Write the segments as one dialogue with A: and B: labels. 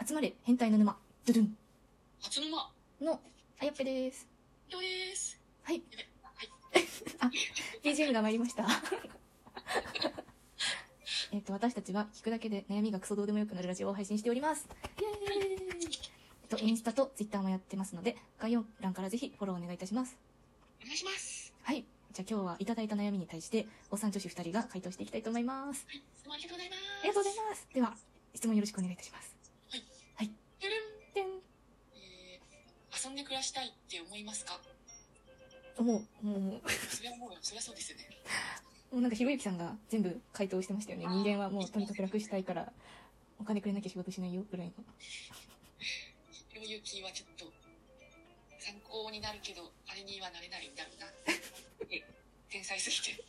A: 集まれ変態の沼ドゥドゥン
B: 初沼
A: のあやっぺです
B: よです
A: はい
B: やべはい、
A: BGM が参りました えっと私たちは聞くだけで悩みがクソどうでもよくなるラジオを配信しておりますイエーイえっとインスタとツイッターもやってますので概要欄からぜひフォローお願いいたします
B: お願いします
A: はいじゃあ今日はいただいた悩みに対しておっさん女子2人が回答していきたいと思います
B: はい質問ありがとうございます
A: ありがとうございますでは質問よろしくお願いいたします
B: すてるん
A: てん
B: えー、遊んで暮らしたいって思いますか
A: 思うもうもう
B: それはもうそれはそうですよね
A: もうなんかひろゆきさんが全部回答してましたよね
B: あー
A: 人間はもうとにかく楽したいからお金くれなきゃ仕事しないよぐらいの
B: ひろゆきはちょっと参考になるけどあれにはなれないんだろうなえ天才すぎて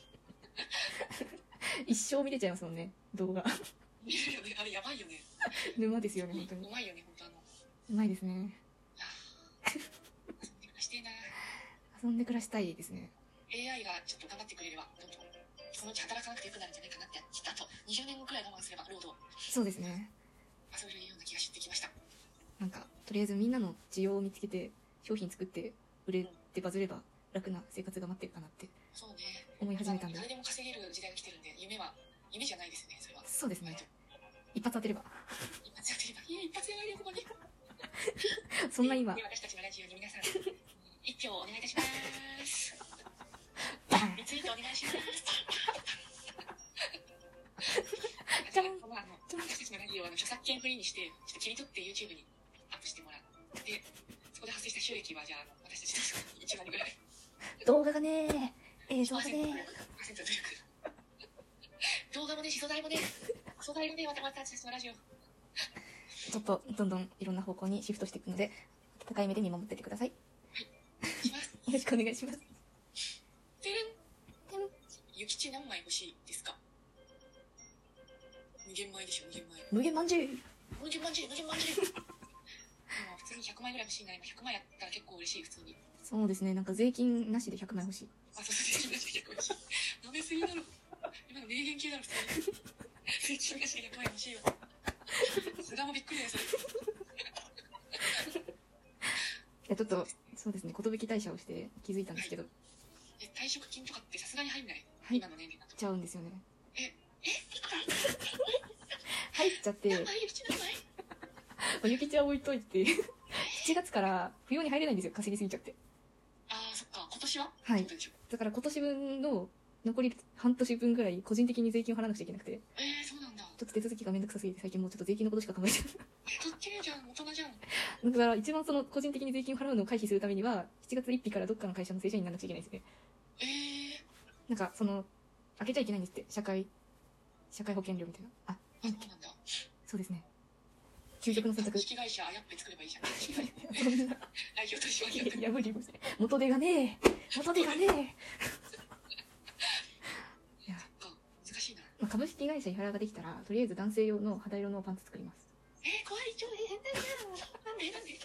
A: 一生見れちゃいますもんね動画
B: 見れるよねあれやばいよね
A: 沼ですよね本当に
B: うまいよね本当あの
A: うまいですね
B: あー遊んで暮らしてえな
A: 遊んで暮らしたいですね
B: AI がちょっと頑張ってくれればどんどんそのうち働かなくてよくなるんじゃないかなってきっとあと20年後くらい我慢すれば労働
A: そうですね
B: 遊べるような気がしてきました
A: なんかとりあえずみんなの需要を見つけて商品作って売れてバズれば楽な生活が待ってるかなって
B: そうね
A: 思い始めたんで
B: 誰でも稼げる時代が来てるんで夢は夢じゃないですねそれは
A: そうですね一発当てれば
B: 一発やってればいや一発やないでここに
A: そんな今
B: で私たちのラジオに皆さん一票お願いいたします
A: バン
B: リツイートお願いします
A: じゃん
B: このあの
A: じゃん
B: 私たちのラジオはあの著作権フリーにしてちょっと切り取って YouTube にアップしてもらってそこで発生した収益はじゃああの私たちの1割ぐらい
A: 動画がね映像
B: パ
A: が
B: ーセント
A: ね
B: パーセントというか動画もねし素材もね素材もねまた私たちのラジオ
A: ちょっとどんどんいろんな方向にシフトしていくので温かい目で見守っててくださいよ
B: します
A: ろしくお願いします
B: てる
A: てる
B: ん諭吉何枚欲しいですか無限米でしょ無
A: 無限
B: 限米
A: まんじゅう
B: 無限万字無限万字でも普通に100枚ぐらい欲しいな今100枚やったら結構嬉しい普通に
A: そうですねなんか税金なしで100枚欲しい
B: あそうそう税金なしで100枚欲しい舐めすぎだろ今の名言級だろ普通に税金なしで100枚欲しいよ菅もびっくりです
A: いやちょっとそうですね寿退社をして気づいたんですけど
B: え退職金とかってさすがに入んない
A: 入っ
B: 今の年齢だと
A: ちゃうんですよね
B: えいくら
A: 入っちゃって
B: 何枚うち何枚
A: ゆきちゃん置いといて7月から不要に入れないんですよ稼ぎすぎちゃって
B: あーそっか今年は
A: はい
B: どうでしょう
A: だから今年分の残り半年分ぐらい個人的に税金を払わなくちゃいけなくて
B: えー、そうなんだ
A: ちょっと手続きがめんどくさすぎて最近もうちょっと税金のことしか考えて
B: とっけえじゃん大人じゃん
A: ないだから一番その個人的に税金を払うのを回避するためには7月1日からどっかの会社の正社員にならなくちゃいけないですね
B: え
A: な
B: ー、
A: んかその開けちゃいけないんですって社会社会保険料みたいなあ
B: あそうなんだ
A: そうですね究極の 選択
B: 株式会社あやっぺ作ればいいじゃん
A: そんな
B: 代表取締役
A: いや無理無理元手がねえ元手がね
B: か難しいな
A: え、まあ、株式会社伊原ができたらとりあえず男性用の肌色のパンツ作ります
B: えー、怖い超変態だよなんでなんでな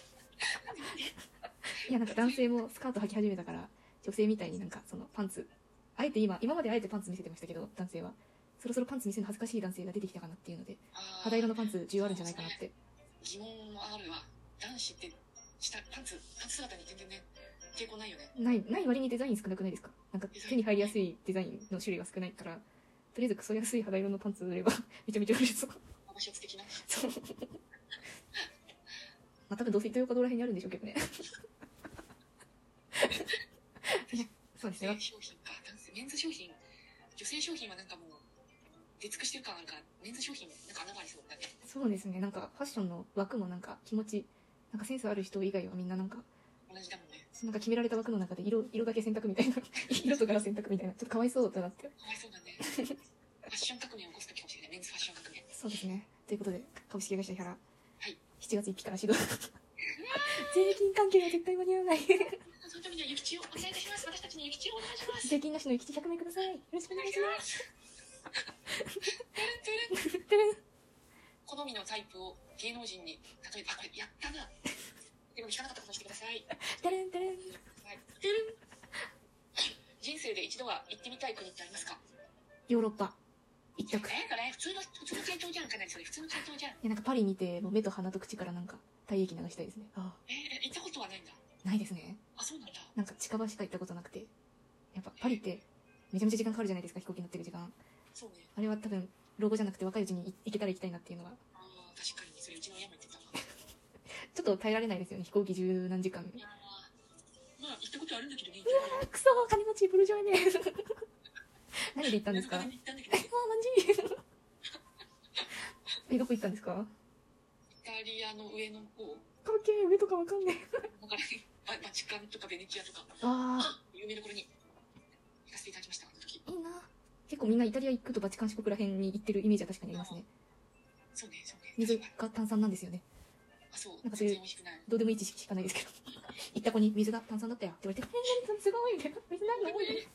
B: んでなんで
A: いやなんか男性もスカート履き始めたから女性みたいになんかそのパンツあえて今今まであえてパンツ見せてましたけど男性はそろそろパンツ見せるの恥ずかしい男性が出てきたかなっていうので
B: あー
A: 肌色のパンツ需要あるんじゃないかなって
B: 疑問はあるわ男子って下パンツパンツ姿に全然ね抵抗ないよね
A: ないない割にデザイン少なくないですかなんか手に入りやすいデザインの種類が少ないからとりあえずクソ安い肌色のパンツ売れば めちゃめちゃ売れそう
B: 場所的な
A: そうまあ多分どうせ豊岡堂らへんにあるんでしょうけどね いやそうです
B: 女
A: ね
B: 性商品か男性メンズ商品女性商品はなんかもう出尽くしてる感あるからメンズ商品なんか穴がありそうだね
A: そうですねなんかファッションの枠もなんか気持ちなんかセンスある人以外はみんななんか
B: 同じだもんね
A: なんか決められた枠の中で色色だけ選択みたいな 色と柄選択みたいなちょっとかわいそうだなって
B: かわいそうだねファッション革命を起こす時かもしれないメンズファッション革命
A: そうですねということで株式会社ヒャラ、
B: い
A: 7月1日から 始動税金関係は絶対間に合わない
B: そのためには諭吉をお願いいたします私たちに諭吉をお願いします
A: 税金なしの1 100名くださいよろしくお
B: お願
A: 願
B: い
A: い
B: し
A: します
B: まてるんてるん
A: すてれん
B: 好みのタイプを芸能人に例えばあこれやったなでも聞かなかったことにしてください、
A: てれんてれん
B: はい、てるん人生で一度は行ってみたい国ってありますか
A: ヨーロッパ一択い
B: えそれ普通の普通の店頭じゃんかなりそれ普通の店頭じゃん
A: やなんかパリ見てもう目と鼻と口からなんか体液流したいですねあ
B: ええ行ったことはないんだ
A: あないですね
B: あそうなんだ
A: なんか近場しか行ったことなくてやっぱパリってめちゃめちゃ時間かかるじゃないですか飛行機乗ってる時間
B: そうね
A: あれは多分老後じゃなくて若いうちに行けたら行きたいなっていうのは
B: ああ確かにそれうちの親も言ってたわ
A: ちょっと耐えられないですよね飛行機十何時間
B: いやーまあ行ったことあるんだけどね
A: あくそー金持ちブルジョワね 何で行ったんですか
B: 謎
A: あー
B: かけに行ったんだけどね
A: マンジえどこ行ったんですか関
B: イタリアの上の方
A: 係上とかわかんない
B: だからねババチカンとかベネチアとか
A: あ
B: 有名どころに行かせていただきましたあの時
A: ーいいな結構みんなイタリア行くとバチカン四国ら辺に行ってるイメージは確かにありますね
B: そうねそうね
A: 水が炭酸なんですよね
B: あそう
A: なんかそう
B: 全
A: いう
B: 然美味しくない
A: どうでもいい知識しかないですけ ど行った子に水が炭酸だったよって言われ て「え何すごい」みたいな「水なん
B: お
A: だ
B: いえ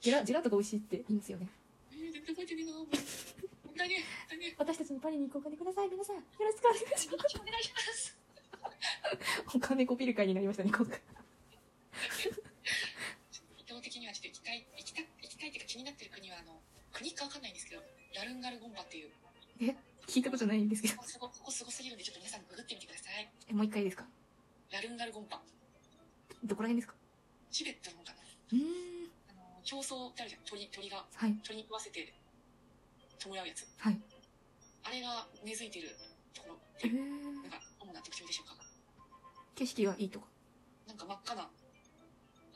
A: ジェラジェラートが美味しい」って言いますよね
B: ー全然覚えてねえなもう本当に本当に
A: 私たちにパリに行くお金ください皆さんよろしくお願いしま
B: よろしくお願いします
A: すお金コピル会になりましたね今回
B: 意図的にはちょっと行きたい行きた行きたいっていうか気になってる国はあの国かわかんないんですけどラルンガルゴンバっていう
A: 聞いたことないんですけど
B: ここすごここすごすぎるんでちょっと皆さんググってみてくださ
A: え
B: い
A: もう一回いいですか
B: ラルンガルゴンバ
A: どこら辺ですか
B: チベットのかな
A: うーん
B: あの競争ってあるじゃん鳥鳥が
A: はい
B: 鳥に食わせて弔うやつ
A: はい
B: あれが根付いてるところ
A: へえ
B: なんか主な特徴でしょうか
A: 景色がいいとか
B: なんか真っ赤な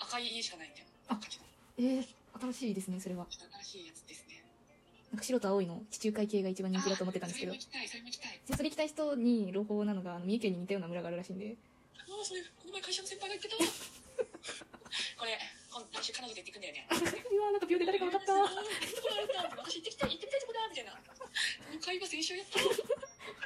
B: 赤い家しかないみたい
A: あ
B: な感じの
A: えー、新しいですねそれは
B: ちょっと新しいやつですね
A: なんか白と青いの地中海系が一番人気だと思ってたんですけど
B: あそれも行きたいそれも行きたい
A: それ行きたい人に朗報なのがあの三重県に似たような村があるらしいんで
B: ああそれこの前会社の先輩が言ってたこれ今来週彼女と行ってくんだよね
A: うわなんか秒で誰か分かった
B: 私行ってきたい行ってみたいとこだみたいなこの会話先週やった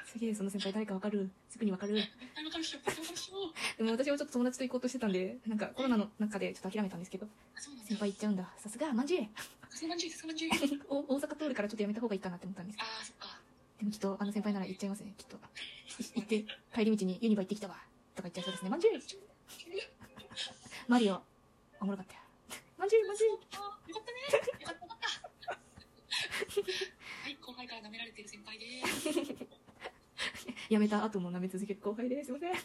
A: すげえその先輩誰か分かるすぐに分かる
B: あの彼氏とこの彼氏を
A: でも私もちょっと友達と行こうとしてたんでなんかコロナの中でちょっと諦めたんですけど
B: あそうなんだ
A: 先輩行っちゃうんださすがまんじゅう
B: さすがまんじゅうさすがまんじゅう
A: お大阪通るからちょっとやめた方がいいかなって思ったんですけど
B: ああそっか
A: でもきっとあの先輩なら行っちゃいますねきっと行って帰り道にユニバ行ってきたわとか言っちゃいそうですねまんじゅうマリオおもろかったよ まんじゅうまんじゅう
B: あよかったねよかったよかった はい後輩から舐められてる先輩です
A: やめた後も舐め続ける後輩です。すいません。は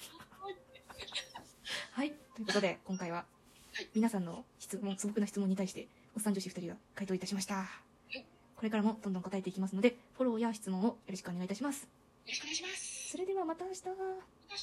A: い。ということで、今回は
B: はい、
A: 皆さんの質問、素朴な質問に対して、おっさん女子二人が回答いたしました
B: い。
A: これからもどんどん答えていきますので、フォローや質問をよろしくお願いいたします。
B: よろしくお願いします
A: それではまた明日。
B: また明日